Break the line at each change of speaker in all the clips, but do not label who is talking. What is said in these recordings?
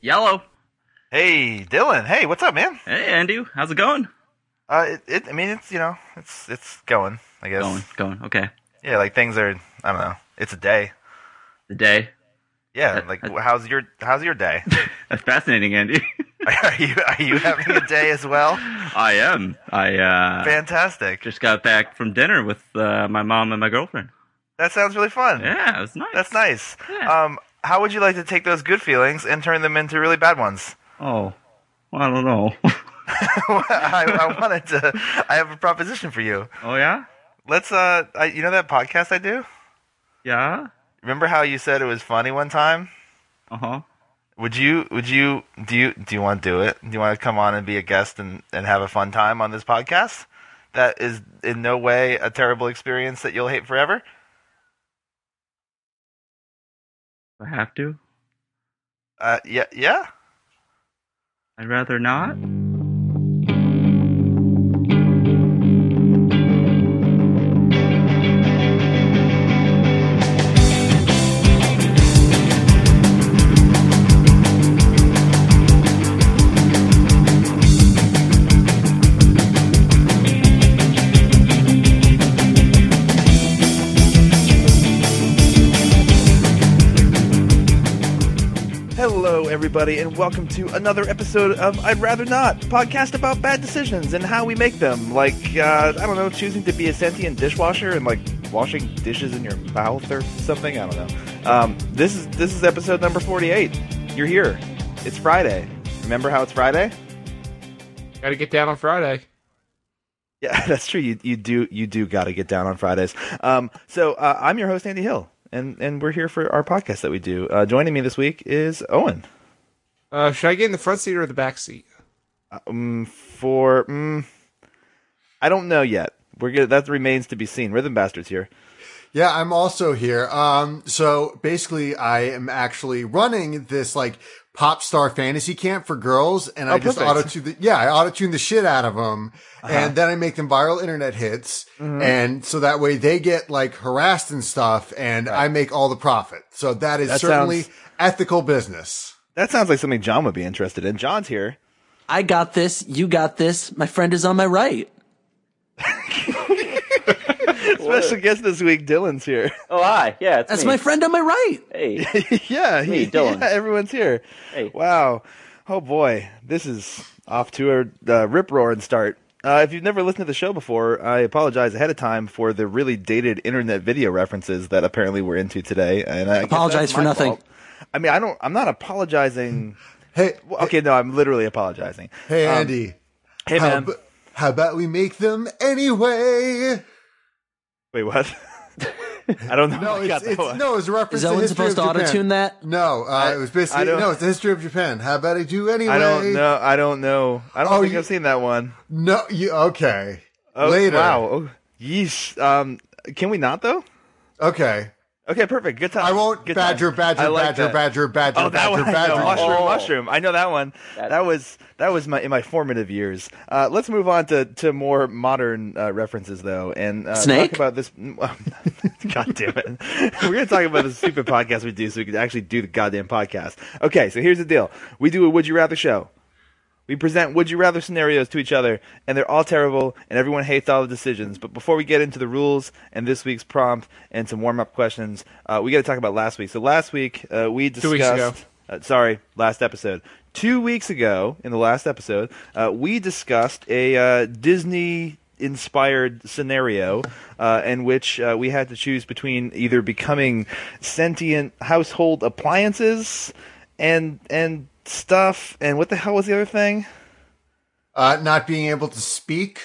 Yellow.
Hey, Dylan. Hey, what's up, man?
Hey, Andrew. How's it going?
Uh, it, it, I mean, it's you know, it's it's going. I guess.
Going, going. Okay.
Yeah, like things are. I don't know. It's a day.
The day.
Yeah.
Uh,
Like,
uh,
how's your how's your day?
That's fascinating, Andy.
are you are you having a day as well?
I am. I uh,
Fantastic.
just got back from dinner with uh, my mom and my girlfriend.
That sounds really fun.
Yeah, it was nice.
That's nice.
Yeah.
Um, how would you like to take those good feelings and turn them into really bad ones?
Oh, well, I don't know.
I, I wanted to. I have a proposition for you.
oh yeah,
Let's. Uh, I, you know that podcast I do.
yeah.
Remember how you said it was funny one time?
Uh huh.
Would you? Would you? Do you? Do you want to do it? Do you want to come on and be a guest and and have a fun time on this podcast? That is in no way a terrible experience that you'll hate forever.
Do I have to?
Uh, yeah, yeah.
I'd rather not.
Hello, everybody, and welcome to another episode of I'd Rather Not, a podcast about bad decisions and how we make them. Like, uh, I don't know, choosing to be a sentient dishwasher and like washing dishes in your mouth or something. I don't know. Um, this is this is episode number forty-eight. You're here. It's Friday. Remember how it's Friday?
Got to get down on Friday.
Yeah, that's true. You you do you do got to get down on Fridays. Um, so uh, I'm your host Andy Hill, and and we're here for our podcast that we do. Uh, joining me this week is Owen.
Uh, should I get in the front seat or the back seat?
um, for mm, I don't know yet. We're gonna, that remains to be seen. Rhythm bastards here.
Yeah, I'm also here. Um, so basically, I am actually running this like pop star fantasy camp for girls, and I
Oh,
just
perfect. Uh-huh.
auto tune. Yeah, I auto tune the shit out of them, and then I make them viral internet hits,
Mm-hmm.
and so that way they get like harassed and stuff, and I make all the profit. So that is
That
certainly
sounds-
ethical business.
That sounds like something John would be interested in. John's here.
I got this. You got this. My friend is on my right.
Special guest this week, Dylan's here.
Oh hi, yeah, it's
That's
me.
my friend on my right.
hey,
yeah,
Me,
he-
Dylan.
yeah, everyone's here.
Hey.
Wow. Oh boy, this is off to a uh, rip roaring start. Uh, if you've never listened to the show before, I apologize ahead of time for the really dated internet video references that apparently we're into today. And I guess
Apologize
that's
for
my
nothing.
fault. I mean, I don't. I'm not apologizing.
Hey,
Well, okay, no, I'm literally apologizing.
hey, uh,
Um,
Andy.
Hey,
how,
man.
ab- how about we make them anyway?
Wait, what? I don't know.
No,
I
it's,
got Oh that
it's
one.
no, it's a reference.
Is
to
Owen
history
supposed to
of Japan.
auto-tune that?
No, uh, it was
I
basically
don't-
no. It's the history of Japan. How about I do anyway?
I don't know. I don't know. I don't
Oh,
think
you-
I've seen that one.
No, you okay?
Oh,
Later.
Wow. Oh, yeesh. Um, can we not though?
Okay.
Okay, perfect. Good time.
I won't
Good
badger,
time.
badger,
I like
badger,
that.
badger, badger,
Oh, that
badger,
one. I know.
badger.
Mushroom,
Oh.
mushroom. I know that one. That,
That-
was that was my in my formative years. Uh, let's move on to, to more modern uh, references though, and uh,
Snake?
talk about this. God damn it! We're gonna talk about the stupid podcast we do, so we can actually do the goddamn podcast. Okay, so here's the deal: we do a Would You Rather show. We present would you rather scenarios to each other, and they're all terrible, and everyone hates all the decisions. But before we get into the rules and this week's prompt and some warm up questions, uh, we got to talk about last week. So last week uh, we discussed.
weeks ago.
Uh, sorry, last episode. Two weeks ago, in the last episode, uh, we discussed a uh, Disney inspired scenario uh, in which uh, we had to choose between either becoming sentient household appliances and and stuff and what the hell was the other thing?
Uh, not being able to speak.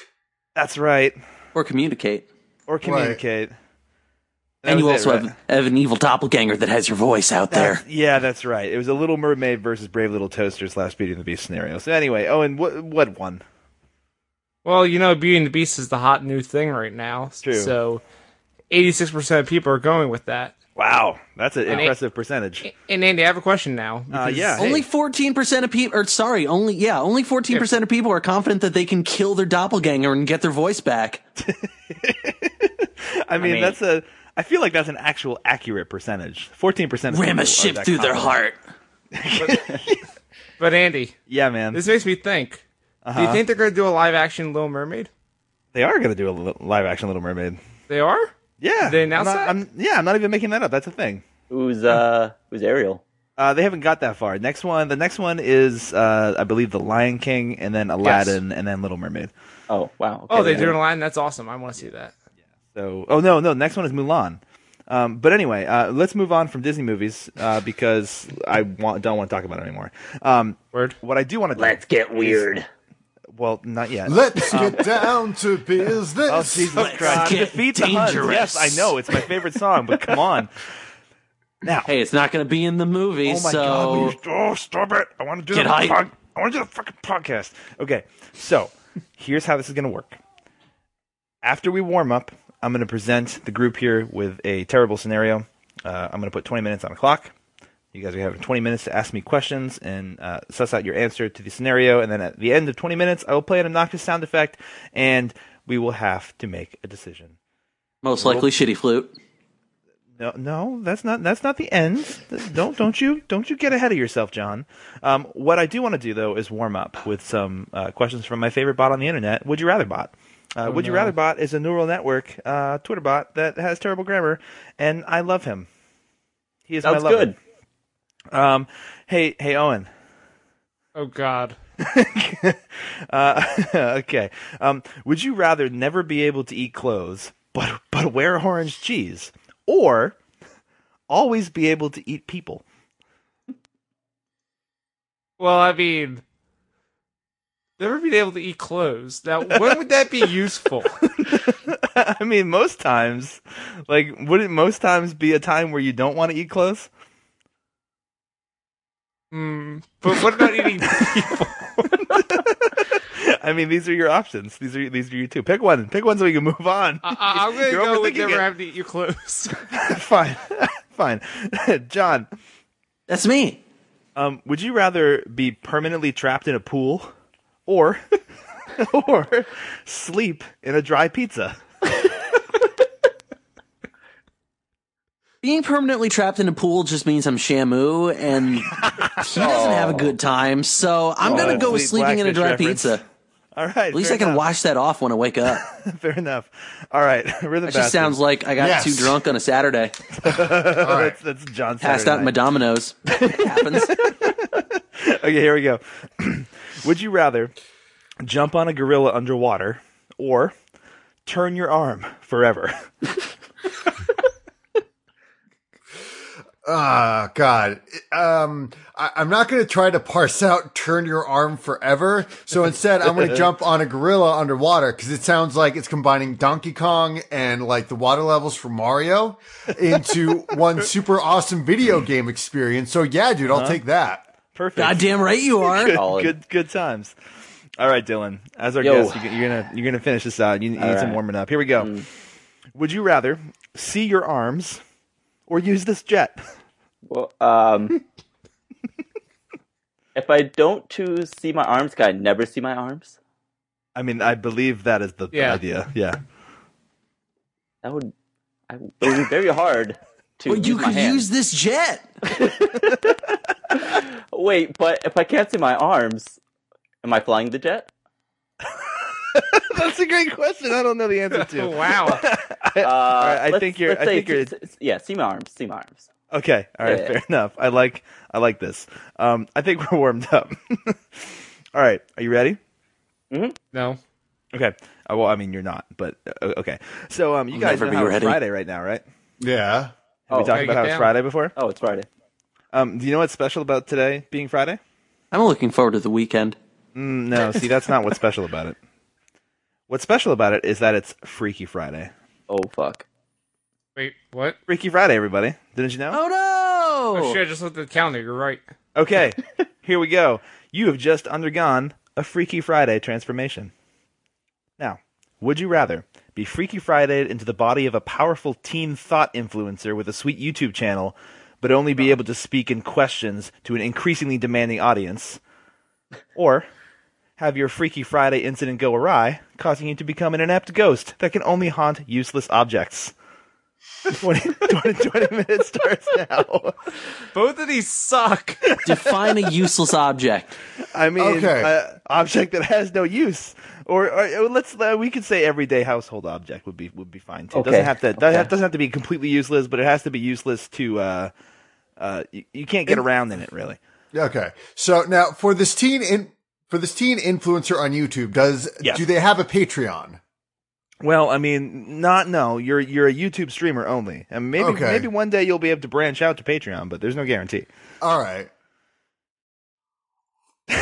That's right.
Or communicate.
Or communicate. That
and you
was it,
also
right?
have, have an evil doppelganger that has your voice out there.
Yeah, that's right. It was a Little Mermaid versus Brave Little Toaster slash Beauty and the Beast scenario. So anyway, Owen, what what won?
Well, you know, Beauty and the Beast is the hot new thing right now.
True.
So, eighty-six percent of people are going with that.
Wow, that's an
mean-
impressive percentage.
And Andy, I have a question now.
Uh,
because-
yeah,
Only
hey,
14% of people, or sorry, only, yeah, only 14% of people are confident that they can kill their doppelganger and get their voice back.
I, mean,
mean-
that's a. I feel like that's an actual accurate percentage. Fourteen percent.
Ram a ship through their heart.
But Andy,
Yeah, man.
this makes me think. Do you think they're going to do a live action Little Mermaid?
they are going to do a li- live action Little Mermaid.
They are?
Yeah.
They announced
I'm not-
that?
I'm- yeah, I'm not even making that up. That's a thing.
Who's uh who's Ariel?
Uh, they haven't got that far. Next one, the next one is, uh, I believe, The Lion King, and then Aladdin, and then Little Mermaid.
Oh wow.
Oh, they
yeah.
do an line. That's awesome. I want to see that.
So, oh no, no, next one is Mulan. Um, but anyway, uh, let's move on from Disney movies uh, because I want, don't want to talk about it anymore. Um,
Word.
what I do want to
Let's get weird.
well, not yet.
Let's get down to business.
Oh, Jesus
Let's
Christ.
get
Defeat the Huns.
dangerous.
Yes, I know. It's my favorite song, but come on. Now.
Hey, it's not going to be in the movie,
oh, my
so
God. will you- Oh, stop it. I want to do
Get
the
hype.
pod- I want to do the fucking podcast. Okay. So, here's how this is going to work. After we warm up, I'm going to present the group here with a terrible scenario. Uh, I'm going to put 20 minutes on the clock. You guys are having 20 minutes to ask me questions and uh, suss out your answer to the scenario. And then at the end of 20 minutes, I will play an obnoxious sound effect, and we will have to make a decision.
most likely shitty flute.
No, no, that's not that's not the end. Don't don't you don't you get ahead of yourself, John. Um, what I do want to do though is warm up with some uh, questions from my favorite bot on the internet. Would you rather bot?
Oh,
Uh, Would you rather bot is a neural network uh, Twitter bot that has terrible grammar, and I love him. He is
Sounds
my lover.
good.
Um, hey hey Owen.
Oh, God.
Uh, okay. Um, would you rather never be able to eat clothes but but wear orange cheese, or always be able to eat people?
Well, I mean, never been able to eat clothes. Now, when would that be useful?
I mean, most times, like, wouldn't most times be a time where you don't want to eat clothes?
Hmm. but what about eating people?
I mean, these are your options. These are these are your two. Pick one. Pick one so we can move on.
I, I, I'm going to
You're
go with
overthinking
never
it.
having to eat your clothes.
Fine, fine. John,
That's me.
um, would you rather be permanently trapped in a pool, or, or sleep in a dry pizza?
Being permanently trapped in a pool just means I'm Shamu, and he doesn't have a good time. So I'm gonna
Oh,
go with
sweet
sleeping in a
Blackfish
dry
reference.
pizza. At
All right. At
least I can wash that off when I wake up.
Fair enough. All right. Rhythm.
That just sounds like I got
Yes.
too drunk on a Saturday,
All right.
that's, that's John.
passed
Saturday
out in my
night.
dominoes. It happens.
Okay, here we go. Would you rather jump on a gorilla underwater or turn your arm forever?
Ah, God. Um, I, I'm not going to try to parse out turn your arm forever. So instead, I'm going to jump on a gorilla underwater because it sounds like it's combining Donkey Kong and like the water levels from Mario into one super awesome video game experience. So yeah, dude, I'll take that.
Perfect.
Goddamn right you are.
Solid.
Good, good times. All right, Dylan. As our
Yo.
guest, you, you're gonna you're gonna finish this out. You, you need some
right.
warming up. Here we go. Would you rather see your arms or use this jet?
Well, um, if I don't choose see my arms, can I never see my arms?
I mean, I believe that is the
Yeah.
idea. Yeah.
That would, I, it would be very hard to
But you
use my
could
hands.
use this jet.
Wait, but if I can't see my arms, am I flying the jet?
That's a great question. I don't know the answer to.
wow.
Uh,
I
let's-
think you're-
let's
I
say
think you're-
s- s- Yeah, see my arms. See my arms.
Okay, all right,
Yeah.
fair enough. I like I like this. Um, I think we're warmed up. all right, are you ready?
No.
Okay. Uh, well, I mean, you're not, but uh, okay. So, um, you guys
never
know
be
how it's
ready.
Friday right now, right?
Yeah.
Have we
Oh,
talked
I
about
get
how it's
down.
Friday before?
Oh, it's Friday.
Um, do you know what's special about today being Friday?
I'm looking forward to the weekend.
Mm, No, see, that's not what's special about it. What's special about it is that it's Freaky Friday.
Oh fuck.
Wait, what?
Freaky Friday, everybody. Didn't you know?
Oh no!
Oh, shit, I just looked at the calendar. You're right.
Okay, here we go. You have just undergone a Freaky Friday transformation. Now, would you rather be Freaky Friday into the body of a powerful teen thought influencer with a sweet YouTube channel, but only be able to speak in questions to an increasingly demanding audience? Or have your Freaky Friday incident go awry, causing you to become an inept ghost that can only haunt useless objects? 20, 20, 20 minutes starts now.
Both of these suck.
Define a useless object.
I mean,
Okay.
uh, object that has no use, or, or uh, let's uh, we could say everyday household object would be would be fine too.
Okay.
Doesn't have to doesn't have,
Okay.
doesn't have to be completely useless, but it has to be useless to. Uh, uh, you, you can't get around in it really.
Okay. So now for this teen in for this teen influencer on YouTube, does
Yes.
do they have a Patreon?
Well, I mean, not no. You're you're a YouTube streamer only, and maybe
Okay.
maybe one day you'll be able to branch out to Patreon, but there's no guarantee.
All right. okay.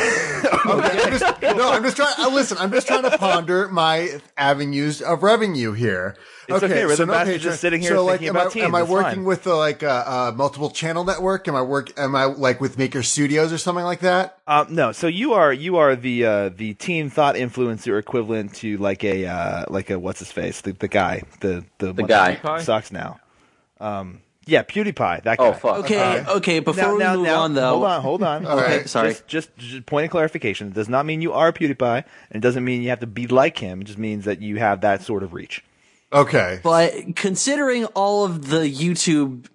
I'm just, no, I'm just trying. uh, Listen, I'm just trying to ponder my avenues of revenue here.
It's okay, Rhythm Master's
Patreon.
just sitting here
So, like,
thinking
am
about
I,
teens,
Am I
it's
working
fine.
with the like uh, uh, multiple channel network? Am I work? Am I like with Maker Studios or something like that?
Um, no, so you are you are the uh, the teen thought influencer equivalent to like a uh, like a what's his face the, the guy the the, one
guy.
that sucks now. Um, yeah, PewDiePie that guy.
Oh fuck.
Okay, okay. Before
Uh, Now,
we
now,
move
now,
on, though,
hold on, hold on.
All right.
Okay, sorry.
Just, just, just point of clarification. It does not mean you are PewDiePie, and it doesn't mean you have to be like him. It just means that you have that sort of reach.
Okay.
but considering all of the YouTube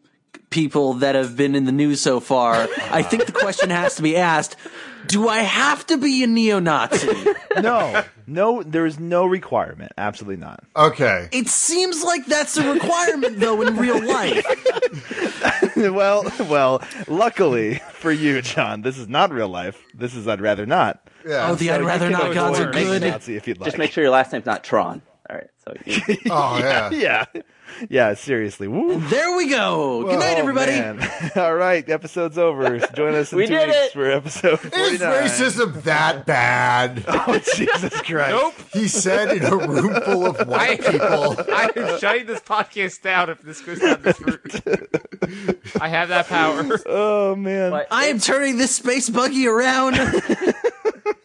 people that have been in the news so far, I think the question has to be asked: Do I have to be a neo-Nazi?
No, no, there is no requirement. Absolutely not.
Okay.
It seems like that's a requirement, though, in real life.
well, well, luckily for you, John, this is not real life. This is I'd rather not.
Oh,
Yeah.
the I'd rather
You can
not gods are
avoid being
good.
Nazi if you'd like.
Just make sure your last name's not Tron. All right. So you,
oh yeah.
yeah, yeah. Seriously. Woo.
There we go. Good night,
Oh,
everybody.
man. All right, the episode's over. Join us in
We
two
did
weeks
it.
for episode
Is
49.
racism that bad?
Oh, Jesus Christ.
Nope.
He said in a room full of white people.
I am shutting this podcast down if this goes down this route. I have that power.
Oh man.
but
I am turning this space buggy around.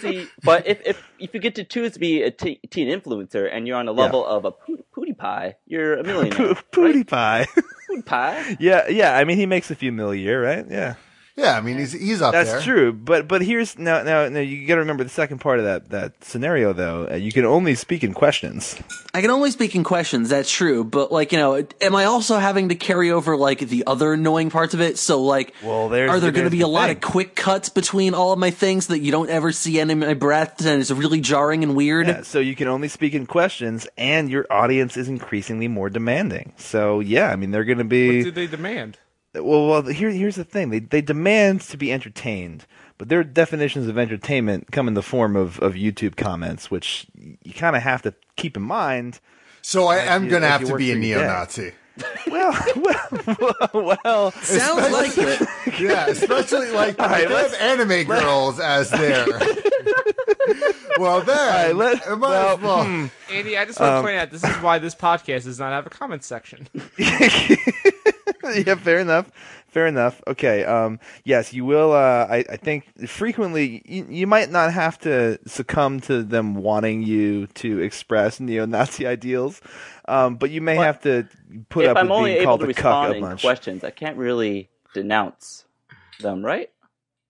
see, but if, if if you get to choose to be a te- teen influencer and you're on the level of a Poo- PewDiePie, you're a millionaire.
Pootie pie.
PewDiePie.
yeah, yeah. I mean, he makes a few mil a year, right? Yeah,
Yeah, I mean he's he's up
that's
there.
true. But but here's now now now you got to remember the second part of that that scenario though. Uh, you can only speak in questions.
I can only speak in questions, that's true, but like, you know, am I also having to carry over like the other annoying parts of it? So like,
Well, there's-
are there going to
there's
be
the
a lot
thing.
of quick cuts between all of my things that you don't ever see any of my breaths and it's really jarring and weird?
Yeah, so you can only speak in questions, and your audience is increasingly more demanding. So yeah, I mean they're going to be
Do they demand?
well. Well, here here's the thing: they they demand to be entertained, but their definitions of entertainment come in the form of of YouTube comments, which you kind of have to keep in mind.
So I am
you-
gonna
if
have
you
to
work
be a
for your dad.
neo-Nazi.
Well, well, well.
Sounds like it.
Yeah, especially like
right,
if they have
let's-
anime girls as their. well,
right,
then
let-
it might
well, hmm.
as well.
Hmm. Andy, I just want to point out this is why this podcast does not have a comment section.
yeah, fair enough. Fair enough. Okay. Um, yes, you will. Uh, I, I think frequently you, you might not have to succumb to them wanting you to express neo-Nazi ideals, um, but you may have to put
If
up
I'm
with
only
being
able
called
to
a cuck
respond
a
in
bunch.
questions, I can't really denounce them, right?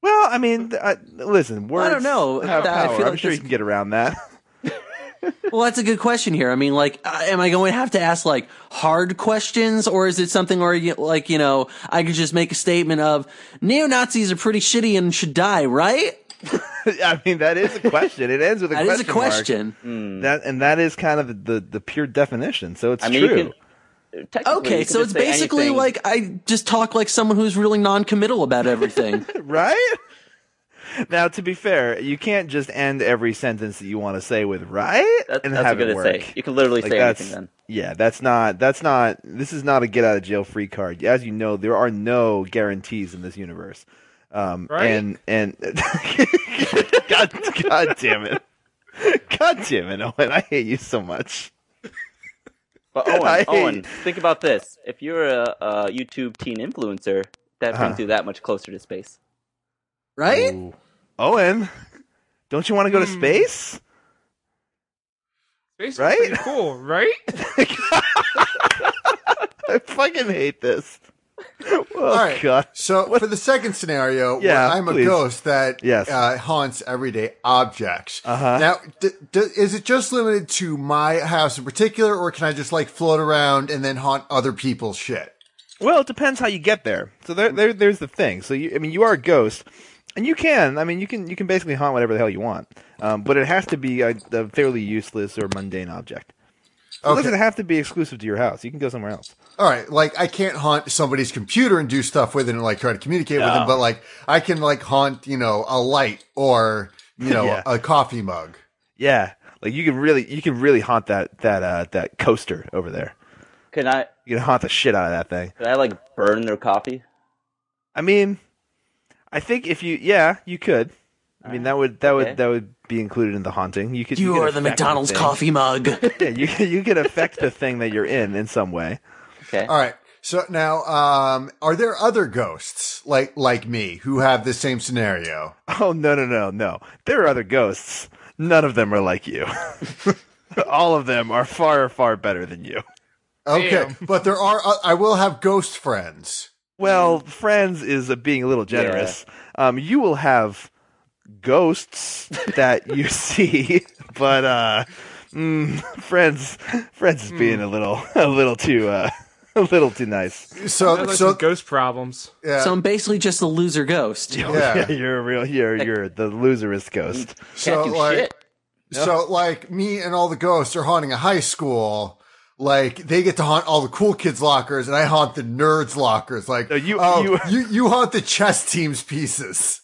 well, I mean, th- I, listen. Words
don't know.
Have
I- I
power.
feel
I'm
like
sure
this-
you can get around that.
Well, that's a good question here. I mean, like, uh, am I going to have to ask like hard questions, or is it something where you, like, you know, I could just make a statement of neo Nazis are pretty shitty and should die, right?
I mean, that is a question. It ends with a
That
question. Mm-hmm.
is a question.
Mark. That and that is kind of the, the, the pure definition. So it's
I mean,
true.
you can. technically, you
Okay,
can
so
just
it's
say
basically
anything.
like I just talk like someone who's really non-committal about everything.
right? Now, to be fair, you can't just end every sentence that you want to say with "right"
That-
and
that's
have
what
it
I'm
work.
gonna say. You can literally
Like,
say
that's-
anything then.
Yeah, that's not. That's not. This is not a get out of jail free card. As you know, there are no guarantees in this universe. Um,
Right?
And and God, God damn it, God damn it, Owen! I hate you so much.
But Owen,
I hate-
Owen, think about this. If you're a, a YouTube teen influencer, that
Uh-huh.
brings you that much closer to space.
Right?
Owen, don't you want to go to
Hmm.
space?
Facebook's
Right?
pretty cool, right?
I fucking hate this. Oh,
All right.
God.
So for the second scenario, where
Yeah,
I'm
please.
a ghost that
Yes.
uh, haunts everyday objects.
Uh-huh.
Now, d- d- is it just limited to my house in particular, or can I just like float around and then haunt other people's shit?
Well, it depends how you get there. So there, there there's the thing. So you, I mean, you are a ghost, and you can, I mean, you can, you can basically haunt whatever the hell you want. Um, but it has to be a, a fairly useless or mundane object. So It
Okay.
doesn't have to be exclusive to your house. You can go somewhere else.
All right, like I can't haunt somebody's computer and do stuff with it and like try to communicate with them, but like I can like haunt you know a light or you know
Yeah.
a coffee mug.
Yeah, like you can really, you can really haunt that that uh, that coaster over there.
Can I?
You can haunt the shit out of that thing.
Can I like burn their coffee?
I mean, I think if you, yeah, you could. I mean, that would that would
Okay.
that would be included in the haunting. You could.
You
could
are the
affect
McDonald's
thing.
coffee mug.
Yeah, you you can affect the thing that you're in in some way.
Okay.
Uh,
All right. So now, um, are there other ghosts like like me who have the same scenario?
Oh no no no no! There are other ghosts. None of them are like you. All of them are far far better than you.
Okay,
Damn.
but there are. Uh, I will have ghost friends.
Well, friends is uh, being a little generous. Um, you will have ghosts that you see, but uh, mm, friends friends is
Hmm.
being a little a little too uh, a little too nice.
So
Sounds like
so
some ghost problems.
yeah,
So I'm basically just a loser ghost.
Yeah.
you're a real you're you're the loserist ghost.
so
do
like
shit.
so like me and all the ghosts are haunting a high school. Like they get to haunt all the cool kids' lockers, and I haunt the nerds' lockers. Like
No, you-
oh,
you-
you you haunt the chess team's pieces.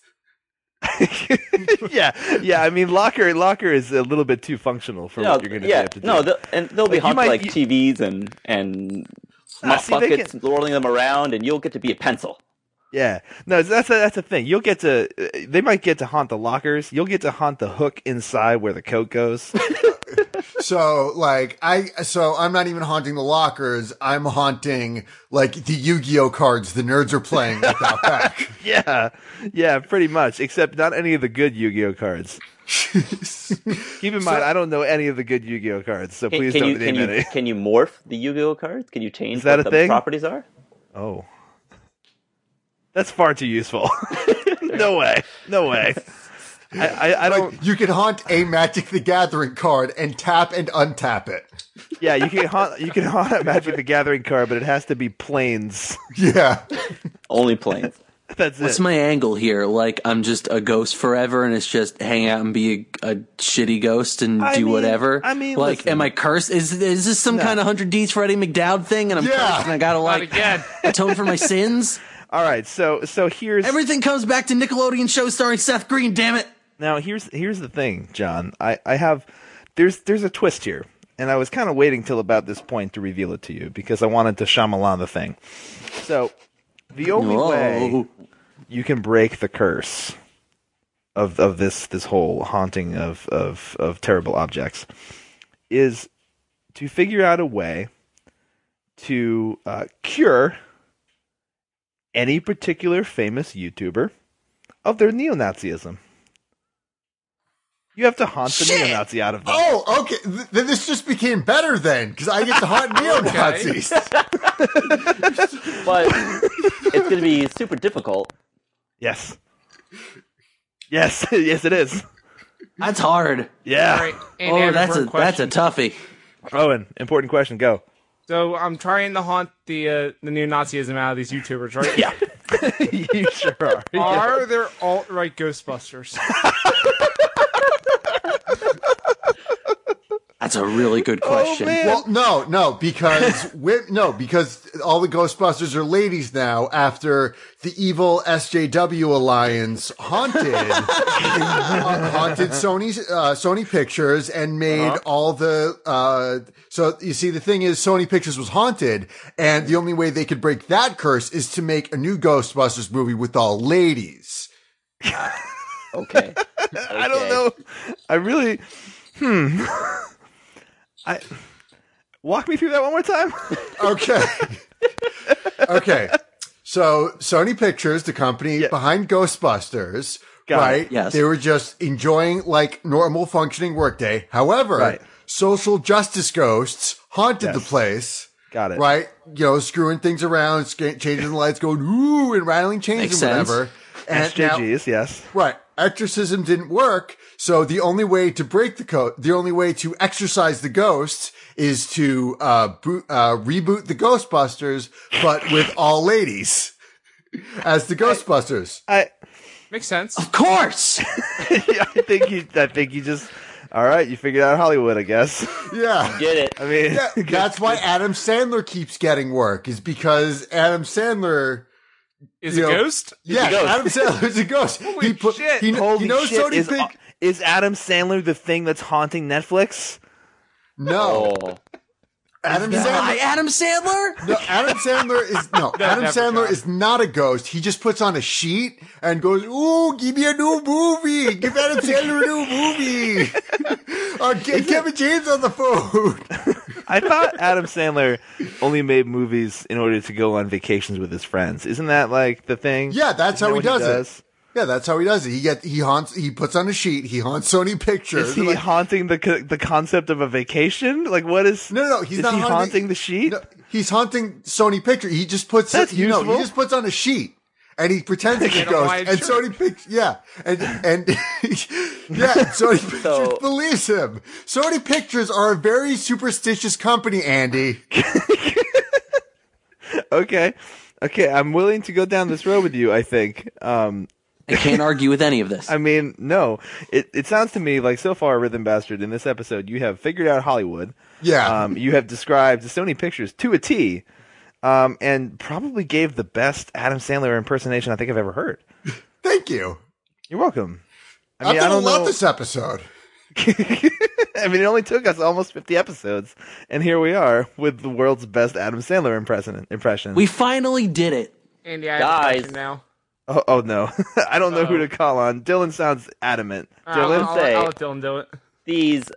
yeah, yeah. I mean, locker locker is a little bit too functional for
No,
what you're going to
yeah,
have to do.
no, they'll- and they'll be
Like, you
hot
might-
like
you-
TVs and and
Ah,
mop
see, they
buckets, rolling them around, and you'll get to be a pencil.
Yeah, no, that's a, that's a thing. You'll get to uh, they might get to haunt the lockers. You'll get to haunt the hook inside where the coat goes.
So like I so I'm not even haunting the lockers. I'm haunting like the Yu-Gi-Oh cards the nerds are playing without back.
yeah, yeah, pretty much. Except not any of the good Yu-Gi-Oh cards. Keep in mind, I don't know any of the good Yu-Gi-Oh cards, so
Can,
please
can
don't
you can
name
you
any.
can you morph the Yu-Gi-Oh cards? Can you change
Is that
what
a
the
thing?
properties are?
Oh, that's far too useful. no way, no way. I, I, I don't.
Like, you can haunt a Magic the Gathering card and tap and untap it.
Yeah, you can haunt you can haunt a Magic the Gathering card, but it has to be planes.
Yeah.
Only planes.
That's
What's
it.
my angle here? Like I'm just a ghost forever, and it's just hang out and be a, a shitty ghost and
I
do
mean-
whatever.
I mean,
like,
listen.
am I cursed? Is is this some kind of hundred D's Freddie McDowd thing? And I'm
Yeah.
cursed, and I gotta
Not
like
again.
atone for my sins.
All right, so so here's
Everything comes back to Nickelodeon show starring Seth Green. Damn it!
now here's here's the thing, John. I I have there's there's a twist here, and I was kind of waiting till about this point to reveal it to you because I wanted to Shyamalan the thing. So the only way
Oh,
you can break the curse of of this this whole haunting of of of terrible objects is to figure out a way to uh, cure any particular famous YouTuber of their neo-Nazism. You have to haunt the
Shit!
neo-Nazi out of them.
Oh, okay. Th- th- this just became better then because I get to haunt neo Nazis.
But it's going to be super difficult.
Yes. Yes, yes it is.
that's hard.
Yeah.
All right, and
Oh,
Andrew,
that's a
burn question.
that's a toughie.
Owen, important question, go.
So I'm trying to haunt the uh, the new Nazism out of these YouTubers, right? Yeah.
you sure are.
Are there alt right Ghostbusters?
That's a really good question.
Oh, man.
Well, no, no, because we no, because all the Ghostbusters are ladies now after the evil SJW alliance haunted ha- haunted Sony's uh, Sony Pictures and made all the uh, so you see the thing is Sony Pictures was haunted and the only way they could break that curse is to make a new Ghostbusters movie with all ladies.
Okay.
I don't
Okay.
know. I really. Hmm. I walk me through that one more time.
Okay. okay. So Sony Pictures, the company
Yeah.
behind Ghostbusters,
Got it.
right?
Yes.
They were just enjoying like normal functioning workday. However,
Right.
social justice ghosts haunted the
Yes.
place.
Got it.
right? You know, screwing things around, sca- changing the lights, going ooh, and rattling chains
Makes
and
sense.
whatever. And now-
SJGs, yes.
right, exorcism didn't work. So the only way to break the code, the only way to exorcise the ghosts, is to uh, boot, uh, reboot the Ghostbusters, but with all ladies as the Ghostbusters.
I,
Makes sense.
Of course.
I think you. I think you just. All right, you figured out Hollywood, I guess.
Yeah.
Get it?
I mean,
Yeah, that's why Adam Sandler keeps getting work is because Adam Sandler
Is
You
a
know,
ghost?
Yeah,
a ghost.
Adam Sandler's a ghost.
Holy
he put,
shit.
He, kn-
holy
he knows
shit!
Sony
is,
Pink.
is Adam Sandler the thing that's haunting Netflix?
No,
Oh.
Adam
Why,
Sandler.
Adam Sandler?
No, Adam Sandler is no. Adam
never,
Sandler
John.
is not a ghost. He just puts on a sheet and goes, "Ooh, give me a new movie. Give Adam Sandler a new movie." or get Kevin James on the phone.
I thought Adam Sandler only made movies in order to go on vacations with his friends. Isn't that like the thing?
Yeah, that's how
Isn't
he
that what
does, it. Yeah, that's how he does it. He get he haunts. He puts on a sheet. He haunts Sony Pictures.
Is he
Like,
haunting the co- the concept of a vacation? Like, what is?
No, no, he's
is
not
he
haunting-
haunting the sheet.
No, he's haunting Sony Picture. He just puts
That's
you know,
useful.
he just puts on a sheet and he pretends it's a
In a
ghost.
Hawaiian
And
shirt.
Sony Picture, yeah, and and yeah, Sony Pictures
So-
believes him. Sony Pictures are a very superstitious company, Andy.
Okay, okay, I'm willing to go down this road with you. I think. Um,
I can't argue with any of this.
I mean, no. It it sounds to me like so far, Rhythm Bastard, in this episode, you have figured out Hollywood.
Yeah,
Um, you have described Sony Pictures to a T, um, and probably gave the best Adam Sandler impersonation I think I've ever heard.
thank you.
You're welcome.
I,
I mean, I
am gonna
don't
love
know.
this episode.
I mean, it only took us almost 50 episodes, and here we are with the world's best Adam Sandler impression. Impression.
We finally did it.
Andy, I have a
Guys.
question now.
oh, oh no, I don't know who
Uh-oh. Uh,
to call on. Dylan sounds adamant.
I'll,
Dylan,
I'll-
say-
I'll let Dylan do it.
These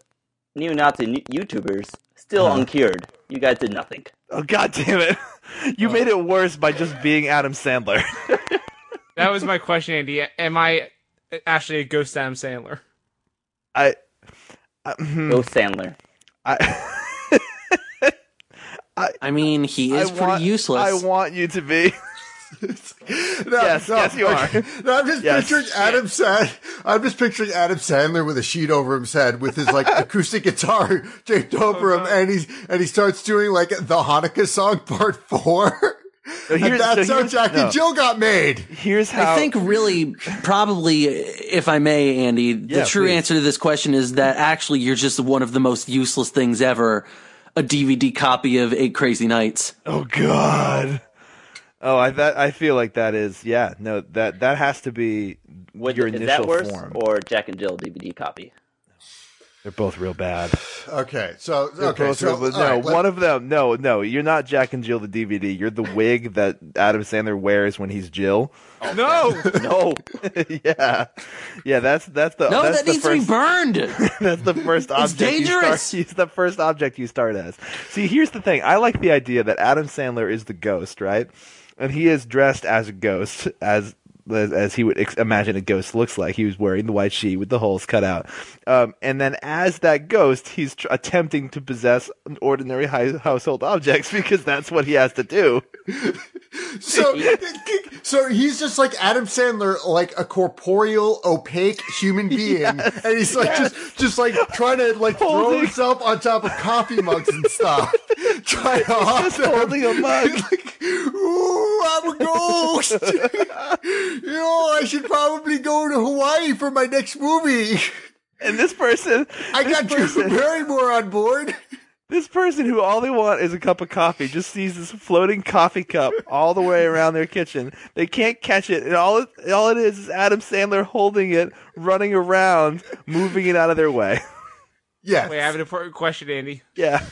neo-Nazi nu- YouTubers still
Uh-huh.
uncured. You guys did nothing.
oh god damn it, you made it worse by just being Adam Sandler.
That was my question, Andy. Am I actually a ghost Adam Sandler?
I, I, hmm,
Go Sandler.
I,
I mean, he is
I
pretty
want-
useless.
I want you to be.
No,
Yes,
no,
yes, you are.
okay. No, I'm just
Yes.
picturing Adam Sand. I'm just picturing Adam Sandler with a sheet over his head, with his like acoustic guitar draped over him, and he's and he starts doing like the Hanukkah song part four.
here's-
and that's
so
how
here's-
Jack
no.
and Jill got made.
Here's how
I think really, probably, if I may, Andy, the
Yeah,
true
please.
answer to this question is that actually you're just one of the most useless things ever. A DVD copy of Eight Crazy Nights.
Oh God. Oh, I that I feel like that is yeah. No, that that has to be
Would,
your
is
initial
that worse
form.
or Jack and Jill DVD copy?
They're both real bad.
Okay, so
They're
okay,
both
so
real,
all
no,
right, let-
one of them. No, no, you're not Jack and Jill the DVD. You're the wig that Adam Sandler wears when he's Jill.
no,
No.
yeah, yeah. That's that's the
No,
Oh, that's
that
the
needs to be
first,
burned.
That's the first object. You
dangerous.
start, he's the first object you start as. See, here's the thing. I like the idea that Adam Sandler is the ghost, right? And he is dressed as a ghost, as as, as he would ex- imagine a ghost looks like. He was wearing the white sheet with the holes cut out. Um, and then, as that ghost, he's tr- attempting to possess ordinary hi- household objects because that's what he has to do.
so so he's just like Adam Sandler, like a corporeal, opaque human being, and he's like just just like trying to like throw
Holding-
himself on top of coffee mugs and stuff, trying to hop
Just holding a mug.
like, ooh, I'm a ghost. you know, I should probably go to Hawaii for my next movie.
And this person,
I
this
got Drew
person-
Barrymore on board.
This person who all they want is a cup of coffee just sees this floating coffee cup all the way around their kitchen. They can't catch it, and all it, all it is is Adam Sandler holding it, running around, moving it out of their way.
Yeah.
wait. I have an important question, Andy.
Yeah,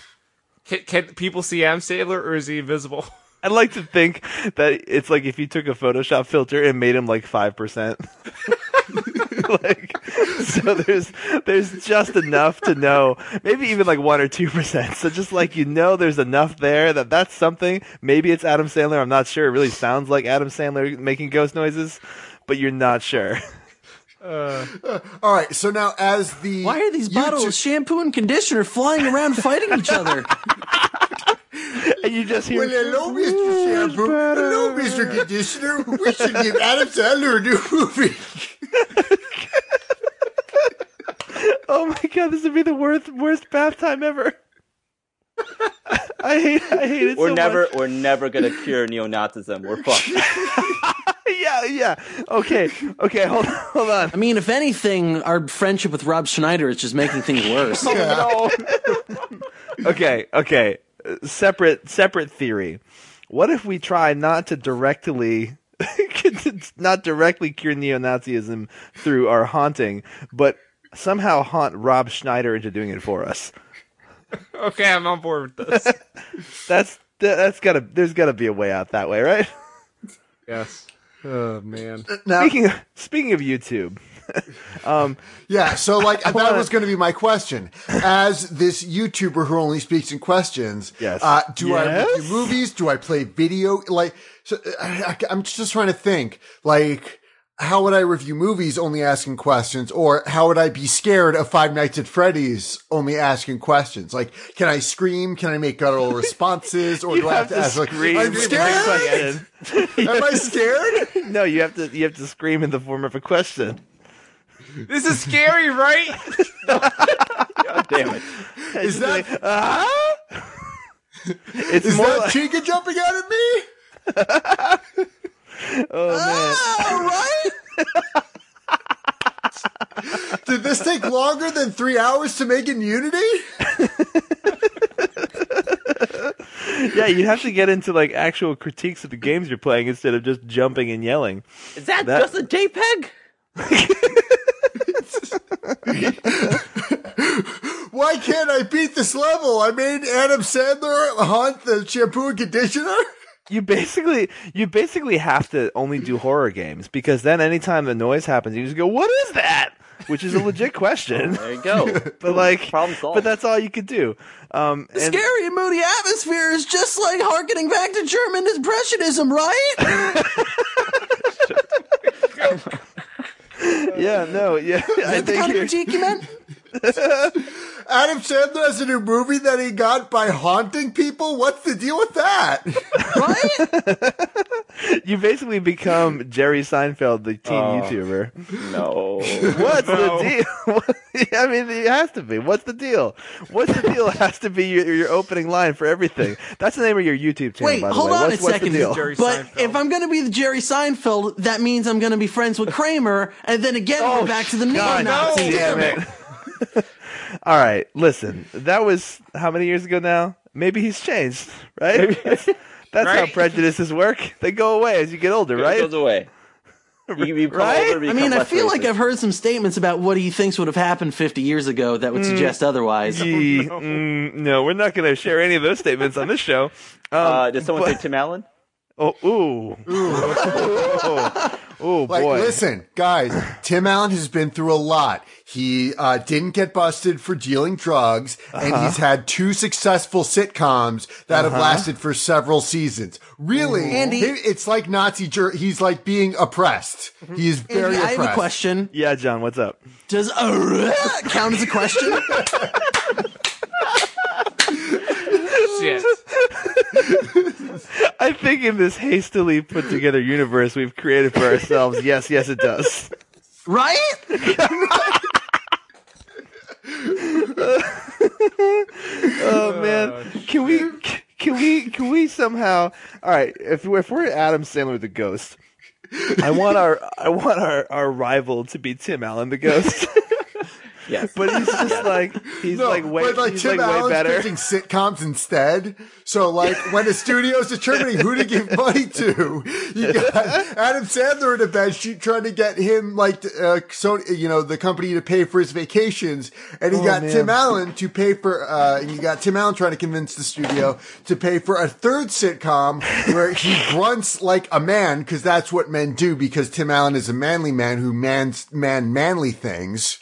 Can, can people see Adam Sandler, or is he invisible?
I'd like to think that it's like if you took a Photoshop filter and made him like five percent. like so there's there's just enough to know maybe even like one or two percent so just like you know there's enough there that that's something maybe it's adam sandler i'm not sure it really sounds like adam sandler making ghost noises but you're not sure
Uh, All right. So now, as the
Why are these
YouTube-
bottles of shampoo and conditioner flying around fighting each other?
and you just hear.
Well, hello, Mr. Shampoo. Hello, Mr. Conditioner. We should give Adam Sandler a new movie.
Oh my god, this would be the worst worst bath time ever. I hate I hate it
We're
so
never,
much.
we're never gonna cure neo-Nazism. We're fucked.
Yeah, yeah. Okay, okay. Hold on, hold on.
I mean, if anything, our friendship with Rob Schneider is just making things worse.
No. okay, okay. Uh, Separate separate theory. What if we try not to directly not directly cure neo-Nazism through our haunting, but somehow haunt Rob Schneider into doing it for us?
Okay, I'm on board with this.
That's that's gotta there's gotta be a way out that way, right?
yes. Oh man.
Now,
Speaking of, speaking of YouTube,
yeah, so like that was going to be my question. As this YouTuber who only speaks in questions,
Yes.
uh, do I
Yes?
review movies? Do I play video? Like, so, uh, I, I, I'm just trying to think, like, how would I review movies only asking questions? Or how would I be scared of Five Nights at Freddy's only asking questions? Like, can I scream? Can I make guttural responses? Or do I have to, ask, like,
scream
I'm
the
scared?
question. You
Am I
have
scared?
to- no, you have to you have to scream in the form of a question.
This is scary, right?
Damn it.
Is that
Ah! it's
Is
more
that
like,
Chica jumping out at me?
oh man.
Did this take longer than three hours to make in Unity?
Yeah, you'd have to get into like actual critiques of the games you're playing instead of just jumping and yelling.
Is that,
That-
just a JPEG?
Why can't I beat this level? I made Adam Sandler haunt the shampoo and conditioner.
You basically you basically have to only do horror games because then anytime the noise happens you just go, What is that? Which is a legit question.
There you go.
But like
Problem solved.
But that's all you could do. Um
The
and-
scary and moody atmosphere is just like harkening back to German impressionism, right?
Yeah, no, yeah. I
Is that the kind of
think you're-
critique you meant?
Adam Sandler has a new movie that he got by haunting people. What's the deal with that?
Right?
you basically become Jerry Seinfeld, the teen YouTuber.
No.
What's the deal? I mean, it has to be. What's the deal? What's the deal has to be your, your opening line for everything. That's the name of your YouTube channel,
Wait,
by the
hold
way.
on
what's,
a
what's
second.
The deal?
Jerry
but
Seinfeld.
if I'm going to be the Jerry Seinfeld, that means I'm going to be friends with Kramer, and then again we're back to the neo
Oh, God,
Nazi.
damn it. All right, listen. That was how many years ago now? Maybe he's changed, right? That's, that's how
Right?
prejudices work. They go away as you get older,
It
right?
goes away. You, you become
Right?
older, you
I
become
mean, I
less
feel like
racist.
I've heard some statements about what he thinks would have happened 50 years ago that
Mm.
would suggest otherwise.
Gee, mm, no. we're not going to share any of those statements on this show. Um,
Uh, did someone
but-
say Tim Allen?
Oh, ooh. oh, oh,
Like,
boy.
listen, guys, Tim Allen has been through a lot. He uh, didn't get busted for dealing drugs, and
Uh-huh.
he's had two successful sitcoms that have lasted for several seasons. Really,
Andy-
he- it's like Nazi. Jer- he's like being oppressed. He is very
Mm-hmm. Andy, I
oppressed.
have a question.
Yeah, John, what's up?
Does uh, count as a question?
Shit.
I think in this hastily put together universe we've created for ourselves, yes, yes, it does.
right?
Oh man, can we, can we, can we somehow? All right, if we're, if we're Adam Sandler the ghost, I want our, I want our, our rival to be Tim Allen the ghost.
Yes.
But he's just like he's
No,
like way,
but like
he's
Tim
like way
Allen's
better.
pitching sitcoms instead. So like when the studio's determining who to give money to, you got Adam Sandler in a bed sheet trying to get him like to, uh, so you know the company to pay for his vacations, and
Oh,
he got Tim Allen to pay for. Uh, and you got Tim Allen trying to convince the studio to pay for a third sitcom where he grunts like a man because that's what men do because Tim Allen is a manly man who mans man manly things.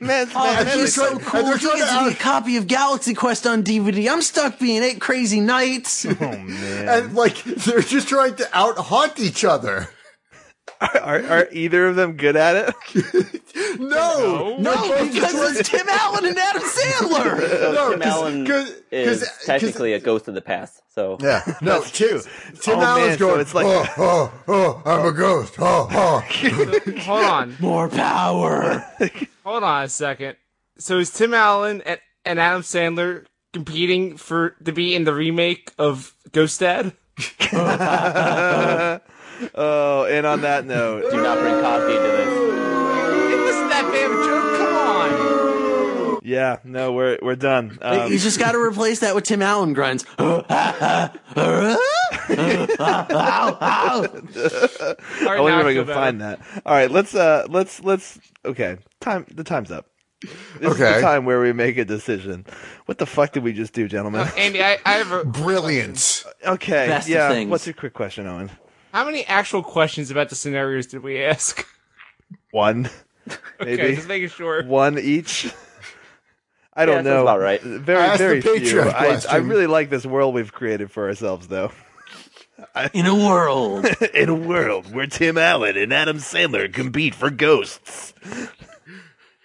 Man's-
Oh,
man,
he's
they're
so
trying-
cool.
they're
He
trying
gets
to
me a
out-
copy of Galaxy Quest on DVD. I'm stuck being eight crazy nights.
oh man.
and like they're just trying to out haunt each other.
Are, are, are either of them good at it?
No,
No,
they're both
because it's Tim Allen and Adam Sandler.
No,
Tim
'cause-
Allen
'cause-
is
'cause- 'cause-
technically a ghost of the past. So
Yeah, no, two. Tim
Oh, man,
Allen's
so
going.
it's like-
oh, oh, oh, I'm a ghost. Oh, oh.
Hold on.
More power.
Hold on a second. So is Tim Allen and, and Adam Sandler competing for to be in the remake of Ghost Dad?
Oh, and on that note,
do not bring Cosby into this.
It wasn't that bad of a joke. Come on.
yeah, no, we're we're done. Um,
you just got to replace that with Tim Allen grunts.
All right,
I wonder
now
if I
feel
can
better.
find that. All right, let's uh let's let's okay. Time the time's up. This is
Okay.
the time where we make a decision. What the fuck did we just do, gentlemen?
Andy, I, I have a,
Brilliance.
Okay.
Best of
yeah.
things.
What's your quick question, Owen?
how many actual questions about the scenarios did we ask?
One. Maybe.
Okay, just making sure.
One each. I don't
Yeah, sounds
know.
about right.
Very,
Ask the
very few.
Patreon
I, I
question.
really like this world we've created for ourselves, though.
In a world.
In a world where Tim Allen and Adam Sandler compete for ghosts.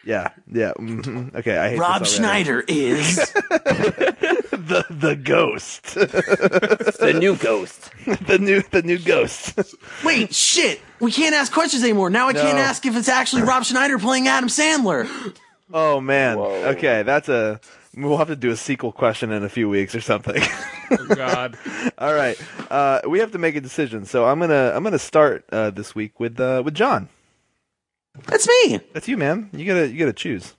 Yeah, yeah. mhm. Okay, I hate
Rob
this already.
Schneider is.
the the ghost,
The new ghost.
the new the new ghost.
Wait, shit. We can't ask questions anymore. Now I can't
No.
ask if it's actually Rob Schneider playing Adam Sandler.
Oh man.
Whoa.
Okay, that's a. We'll have to do a sequel question in a few weeks or something.
Oh, God.
All right, uh, we have to make a decision. So I'm gonna I'm gonna start uh, this week with uh, with John.
That's me.
That's you, man. You gotta you gotta choose.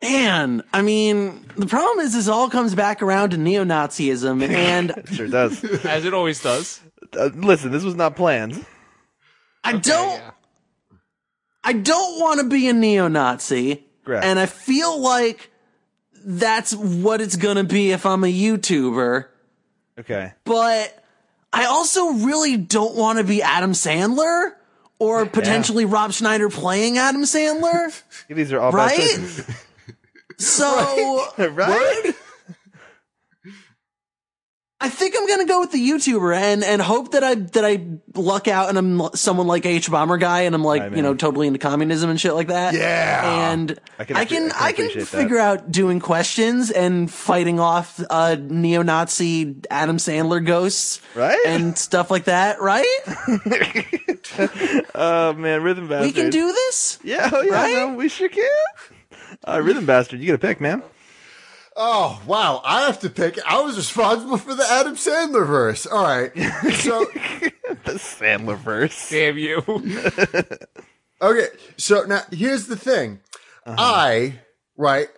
Man, I mean, the problem is this all comes back around to neo-Nazism and
Sure does.
As it always does.
uh, listen, this was not planned.
I don't
yeah.
I don't want to be a neo-Nazi.
Correct.
And I feel like that's what it's going to be if I'm a YouTuber,
Okay.
but I also really don't want to be Adam Sandler or potentially Rob Schneider playing Adam Sandler.
These are all bad
right?
choices.
So
right?
I think I'm gonna go with the YouTuber and and hope that I that I luck out and I'm l- someone like H bomber guy and I'm like
Right,
you know
man.
totally into communism and shit like that.
Yeah.
and
Ah, I
I
can appre-
can I can,
I can appreciate that.
figure out doing questions and fighting off uh, neo-Nazi Adam Sandler ghosts,
Right?
and stuff like that. Right?
Oh man, Rhythm Bastard.
we can do this.
Yeah, oh, yeah,
Right?
no, we sure can. Uh, Rhythm Bastard, you get a pick, man.
Oh wow, I have to pick. I was responsible for the Adam Sandler verse. All right, so
The Sandler verse.
Damn you.
Okay, so now here's the thing.
Uh-huh.
I, right,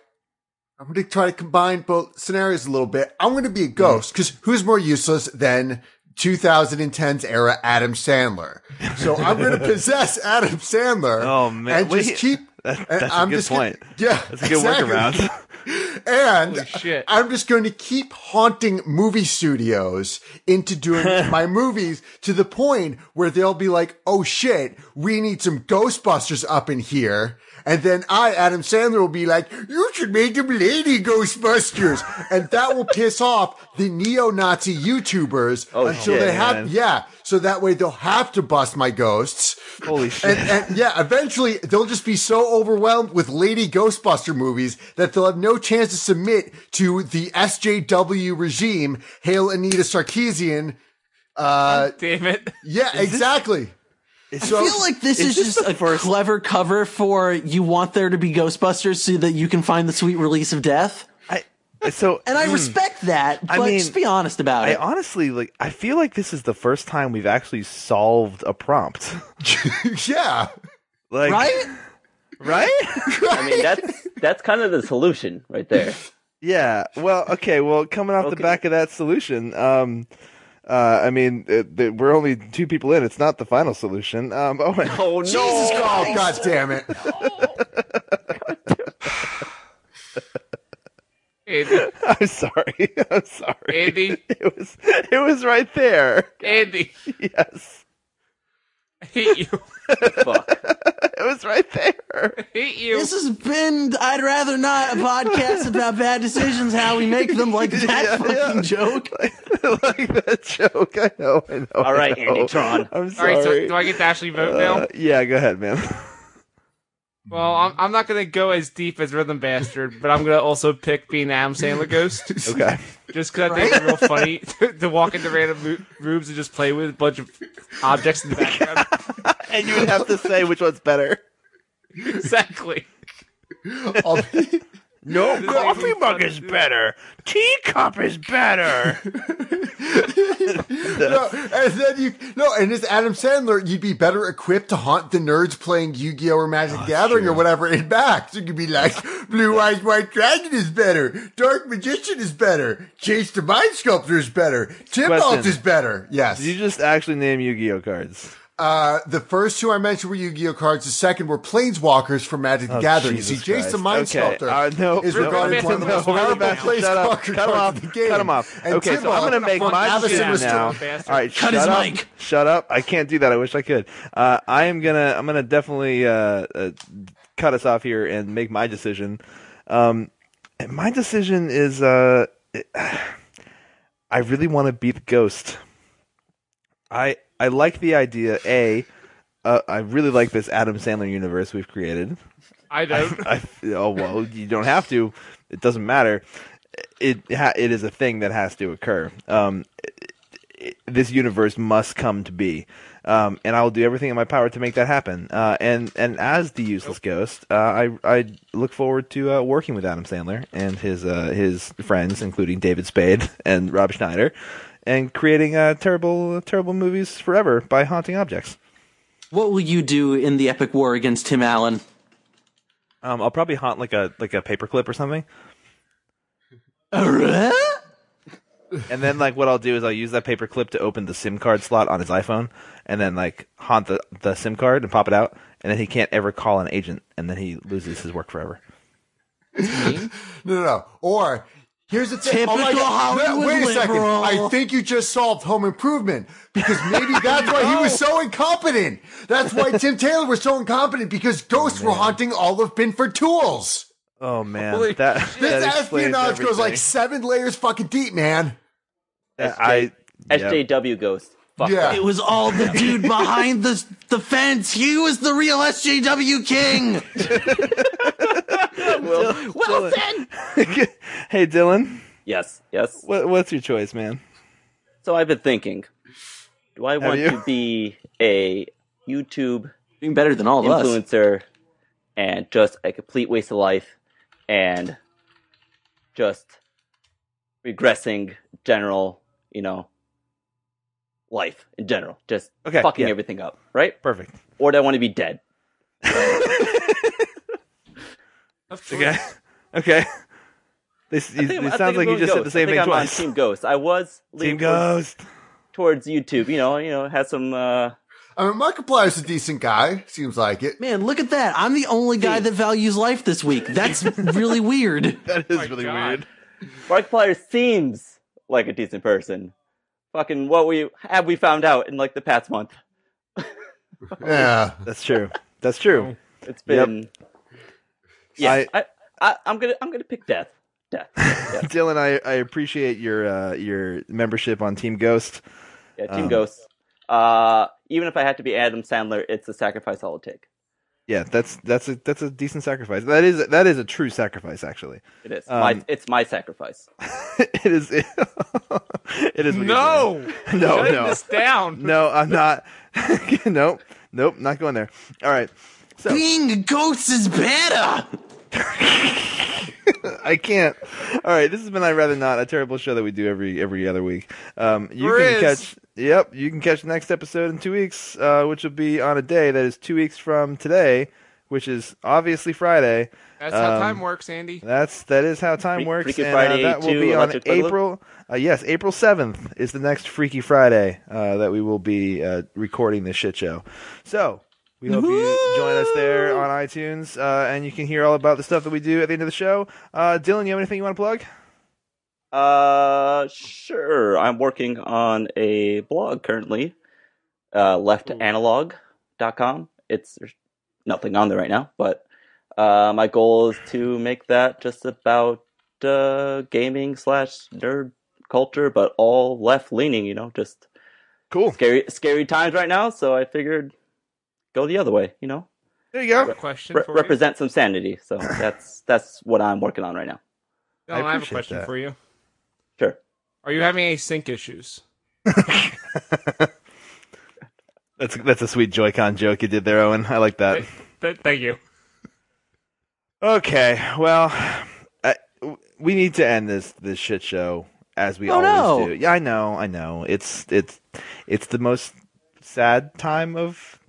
I'm going to try to combine both scenarios a little bit. I'm going to
Mm-hmm.
be a ghost because who's more useless than 2010's era Adam Sandler? So I'm going to possess Adam Sandler.
Oh, man.
And just
Wait,
keep.
that-
and
that's a
I'm
good
just gonna-
point.
yeah,
That's a good
exactly.
workaround.
And
Holy shit.
I'm just going to keep haunting movie studios into doing my movies to the point where they'll be like, oh shit, we need some Ghostbusters up in here. And then I, Adam Sandler, will be like, you should make them lady Ghostbusters. and that will piss off the neo Nazi YouTubers until
Oh, shit,
they have,
man.
yeah. So that way they'll have to bust my ghosts.
Holy shit.
And, and yeah, eventually they'll just be so overwhelmed with Lady Ghostbuster movies that they'll have no chance to submit to the SJW regime. Hail Anita Sarkeesian. Uh,
Damn it.
yeah, exactly.
I
So-
feel like this
is
is,
this
just
the
a clever cover for you want there to be Ghostbusters so that you can find the sweet release of death.
I, so,
And I respect that,
Hmm. I
but
mean,
just be honest about
I
it.
honestly like. I feel like this is the first time we've actually solved a prompt.
yeah.
Like,
right?
right?
I mean, that's that's kind of the solution right there.
yeah. Well, okay. Well, coming off the
Okay.
back of that solution, um, uh, I mean, it, it- we're only two people in. It's not the final solution. Um, Owen,
Oh no!
Jesus oh, God damn it.
Andy.
I'm sorry. I'm sorry.
Andy.
It was. It was right there.
Andy.
Yes.
I hate you.
Fuck.
It was right there.
I hate you.
This has been I'd rather not a podcast about bad decisions, how we make them like that
Yeah,
fucking
yeah.
joke.
like that joke. I know. I know.
All right,
I know.
Andytron.
I'm
All right, so
sorry.
do I get to actually vote now?
Uh, yeah, go ahead, man.
Well, I'm, I'm not gonna go as deep as Rhythm Bastard, but I'm gonna also pick being Adam Sandler Ghost,
Okay.
just because I think it's real funny to, to walk into random roo- rooms and just play with a bunch of objects in the background.
and you would have to say which one's better.
exactly.
I'll be-
No,
coffee mug
is better. Teacup is better.
no, and then you no, and as Adam Sandler, you'd be better equipped to haunt the nerds playing Yu-Gi-Oh or Magic Gathering or whatever in back. So you could be like, Blue Eyes White Dragon is better, Dark Magician is better, Chase the Mind Sculptor is better, Timbalt
Question.
is better. Yes.
Did you just actually name Yu-Gi-Oh cards?
Uh, the first two I mentioned were Yu-Gi-Oh cards. The second were Planeswalkers from Magic the Gathering.
Oh, Jesus
See, Jason
Christ.
the Mind
Okay,
Sculptor
uh, no,
is
no,
regarded as one of the
no,
most
no,
valuable
no,
Planeswalker
shut up.
cards
Cut him
in
off.
the game.
Cut him off.
And
okay, so
Timbalt
I'm going to make
from
my
Avacyn
decision
Restored
now.
Bastard.
All right,
Cut
shut
his
up.
mic.
Shut up. I can't do that. I wish I could. Uh, I am going to I'm going to definitely uh, uh, cut us off here and make my decision. Um, and my decision is uh, I really want to be the ghost. I I like the idea. A, uh, I really like this Adam Sandler universe we've created.
I don't.
I, oh well, you don't have to. It doesn't matter. It ha- it is a thing that has to occur. Um, it- it- this universe must come to be, um, and I will do everything in my power to make that happen. Uh, and and as the useless ghost, uh, I I look forward to uh, working with Adam Sandler and his uh, his friends, including David Spade and Rob Schneider, and creating uh, terrible terrible movies forever by haunting objects.
What will you do in the epic war against Tim Allen?
Um, I'll probably haunt like a like a paperclip or something.
Arrgh?
And then like what I'll do is I'll use that paper clip to open the SIM card slot on his iPhone and then like haunt the, the SIM card and pop it out and then he can't ever call an agent and then he loses his work forever.
No, no, no. Or here's the thing. Oh
Typical
my God. No,
Hollywood
wait a second.
liberal.
I think you just solved Home Improvement because maybe that's why he was so incompetent. That's why Tim Taylor was so incompetent because ghosts were haunting all of Binford Tools.
Oh man.
Holy
that
This
that explains
espionage goes
everything.
like seven layers fucking deep, man.
That- I yep.
SJW Ghost. Fuck.
Yeah.
It was all the dude behind the the fence. He was the real SJW king.
Will. Wilson.
Hey Dylan,
Yes. Yes.
what, what's your choice, man?
So I've been thinking. Do I want
you?
to be a YouTube
Doing better than all of us.
influencer and just a complete waste of life and just regressing general, you know, life in general. Just
Okay,
fucking
yeah.
everything up, right?
Perfect.
Or do I want to be dead?
Okay. Okay. This
I
you,
think I'm-
it
I
sounds like
think I'm
you
going
just said
Ghost.
the same
I think
thing
I'm
twice.
On Team Ghost. I was
Team
leaning towards,
Ghost.
towards YouTube. You know, you know, had some. Uh,
I mean, Markiplier's a decent guy. Seems like it.
Man, look at that. I'm the only guy that values life this week. That's really weird.
That
Oh
is
my
really
God.
weird.
Markiplier seems like a decent person. Fucking what we have we found out in like the past month.
Yeah.
That's true. That's
Oh.
true.
It's
Yep.
been. Yeah,
I-
I, I, I, am gonna, I'm gonna pick death. Death. Yeah,
Dylan, I, I appreciate your uh, your membership on Team Ghost.
yeah Team
Um,
Ghost. Uh, even if I had to be Adam Sandler, it's a sacrifice I'll take.
Yeah, that's that's a that's a decent sacrifice. That is that is a true sacrifice, actually.
It is.
Um,
my, it's my sacrifice.
it is. It, is. what you're
No,
doing. No.
shut
No.
this down.
No. I'm not. nope. Nope. Not going there. All right. So
Being a ghost is better.
I can't. All right. This has been I rather not a terrible show that we do every every other week. Um, you
There
can
is.
catch. Yep. You can catch the next episode in two weeks, uh, which will be on a day that is two weeks from today, which is obviously Friday.
That's how
Um,
time works, Andy.
That's that is how time
Freak-
works.
Freaky
and,
Friday
uh, that will
too,
be on
Electric Boogaloo?
April. Uh, yes, April seventh is the next Freaky Friday uh, that we will be uh, recording this shit show. So we hope you join us there on iTunes, uh, and you can hear all about the stuff that we do at the end of the show. Uh, Dylan, you have anything you want to plug?
Uh,
Hmm.
sure. I'm working on a blog currently. Uh, left analog com. It's there's nothing on there right now, but uh, my goal is to make that just about uh, gaming slash nerd culture, but all left leaning. You know, just
Cool.
scary scary times right now. So I figured go the other way. You know,
There you go.
question
Re-
for you.
represent some sanity. So that's that's what I'm working on right now.
No,
I
I, have a
appreciate
question
that.
for you.
Sure.
Are you having any sync issues?
That's that's a sweet Joy-Con joke you did there, Owen. I like that.
Th- thank you.
Okay, well, I, we need to end this this shit show as we
Oh,
always
no.
do. Yeah, I know, I know. It's it's it's the most sad time of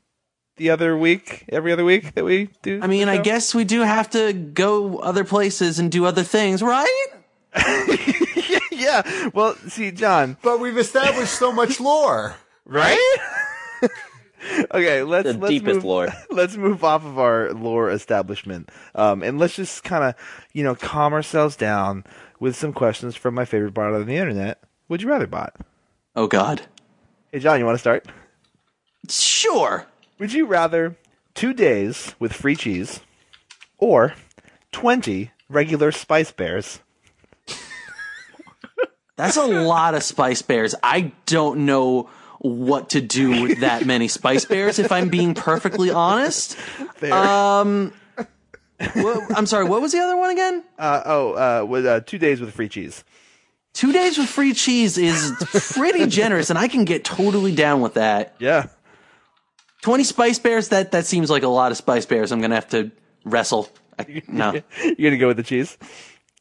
the other week, every other week that we do.
I mean,
the
I
show.
guess we do have to go other places and do other things, right?
yeah. Well, see, John,
But we've established so much lore.
right? okay, let's
The
let's
deepest
move,
lore.
Let's move off of our lore establishment, um, and let's just kind of you know calm ourselves down with some questions from my favorite bot on the internet. Would you rather bot?
Oh God.
Hey, John, you want to start?
Sure.
Would you rather two days with free cheese or 20 regular spice bears?
That's a lot of spice bears. I don't know what to do with that many spice bears if I'm being perfectly honest.
There.
Wha- I'm sorry, what was the other one again?
uh, oh, uh, with uh, two days with free cheese.
Two days with free cheese is pretty generous, and I can get totally down with that.
Yeah.
20 spice bears, that, that seems like a lot of spice bears. I'm going to have to wrestle. I, no.
You're going to go with the cheese?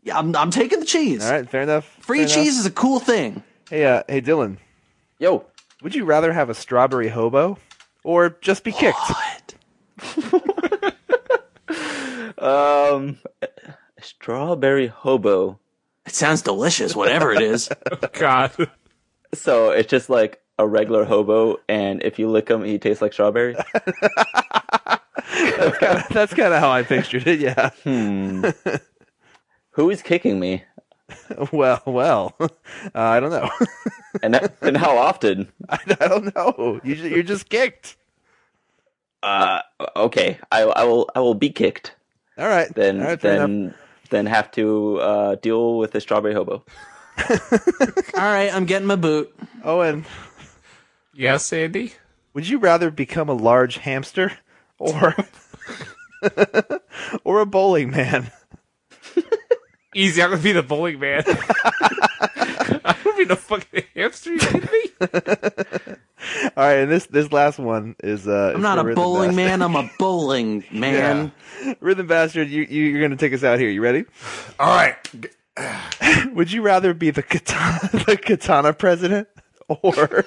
Yeah, I'm, I'm taking the cheese.
All right, fair enough.
Free
fair enough.
cheese is a cool thing.
Hey, uh, hey, Dylan,
Yo,
would you rather have a strawberry hobo or just be kicked?
What?
um, strawberry hobo.
It sounds delicious, whatever it is.
God.
So it's just like a regular hobo, and if you lick him, he tastes like strawberry.
That's kind of how I pictured it, yeah.
Hmm. Who is kicking me?
Well, well, uh, I don't know.
And that, and how often?
I don't know. You, ju- you're just kicked.
Uh, okay, I, I will I will be kicked.
All right.
Then
All right, fair enough.
then then have to uh, deal with the strawberry hobo.
All right, I'm getting my boot.
Owen,
Yes, Andy?
Would you rather become a large hamster or or a bowling man?
Easy, I'm gonna be the bowling man. I'm gonna be the fucking hamster, you kidding me?
All right, and this this last one is uh
I'm not a bowling man, I'm a bowling man.
Rhythm bastard, you, you you're going to take us out here. You ready?
All right.
Would you rather be the katana the katana president or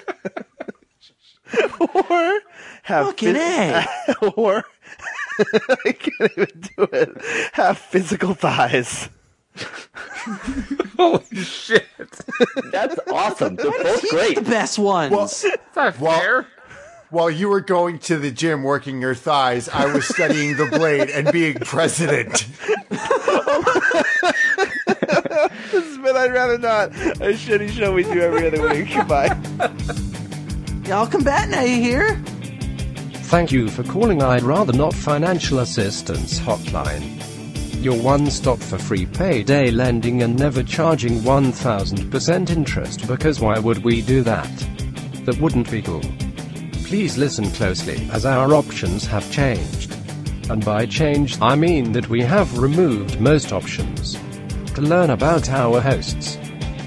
or have
Fucking A.
or I can't even do it. Have physical thighs.
Holy shit. It's
That's awesome. They're both great.
The best ones.
not
Well-
fair.
While you were going to the gym working your thighs, I was studying the blade and being president.
This has been I'd rather not a shitty show we do every other week. Goodbye.
Y'all combatant, are you here?
Thank you for calling I'd Rather Not Financial Assistance Hotline. Your one stop for free payday lending and never charging 1000% interest because why would we do that? That wouldn't be cool. Please listen closely as our options have changed. And by changed, I mean that we have removed most options. To learn about our hosts,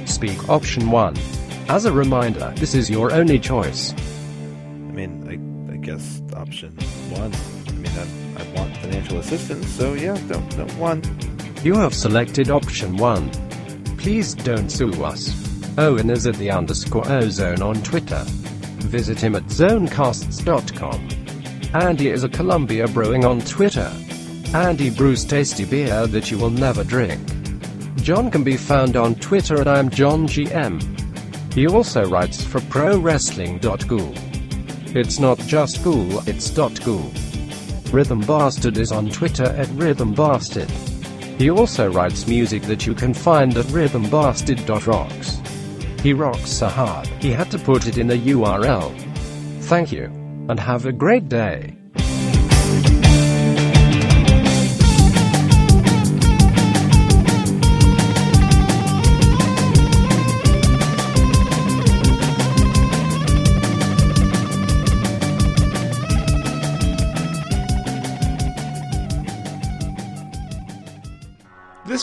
speak option 1. As a reminder, this is your only choice.
I mean, I, I guess option one. I mean, I, I want financial assistance, so yeah, don't don't one.
You have selected option 1. Please don't sue us. Owen is at the underscore ozone on Twitter. Visit him at zonecasts.com. Andy is a Columbia Brewing on Twitter. Andy brews tasty beer that you will never drink. John can be found on Twitter at I'm John GM. He also writes for ProWrestling.ghoul. It's not just ghoul, it's dot .ghoul. Rhythm Bastard is on Twitter at Rhythm Bastard. He also writes music that you can find at rhythmbastard.rocks. He rocks so hard, he had to put it in the URL. Thank you.
and have a great day.
This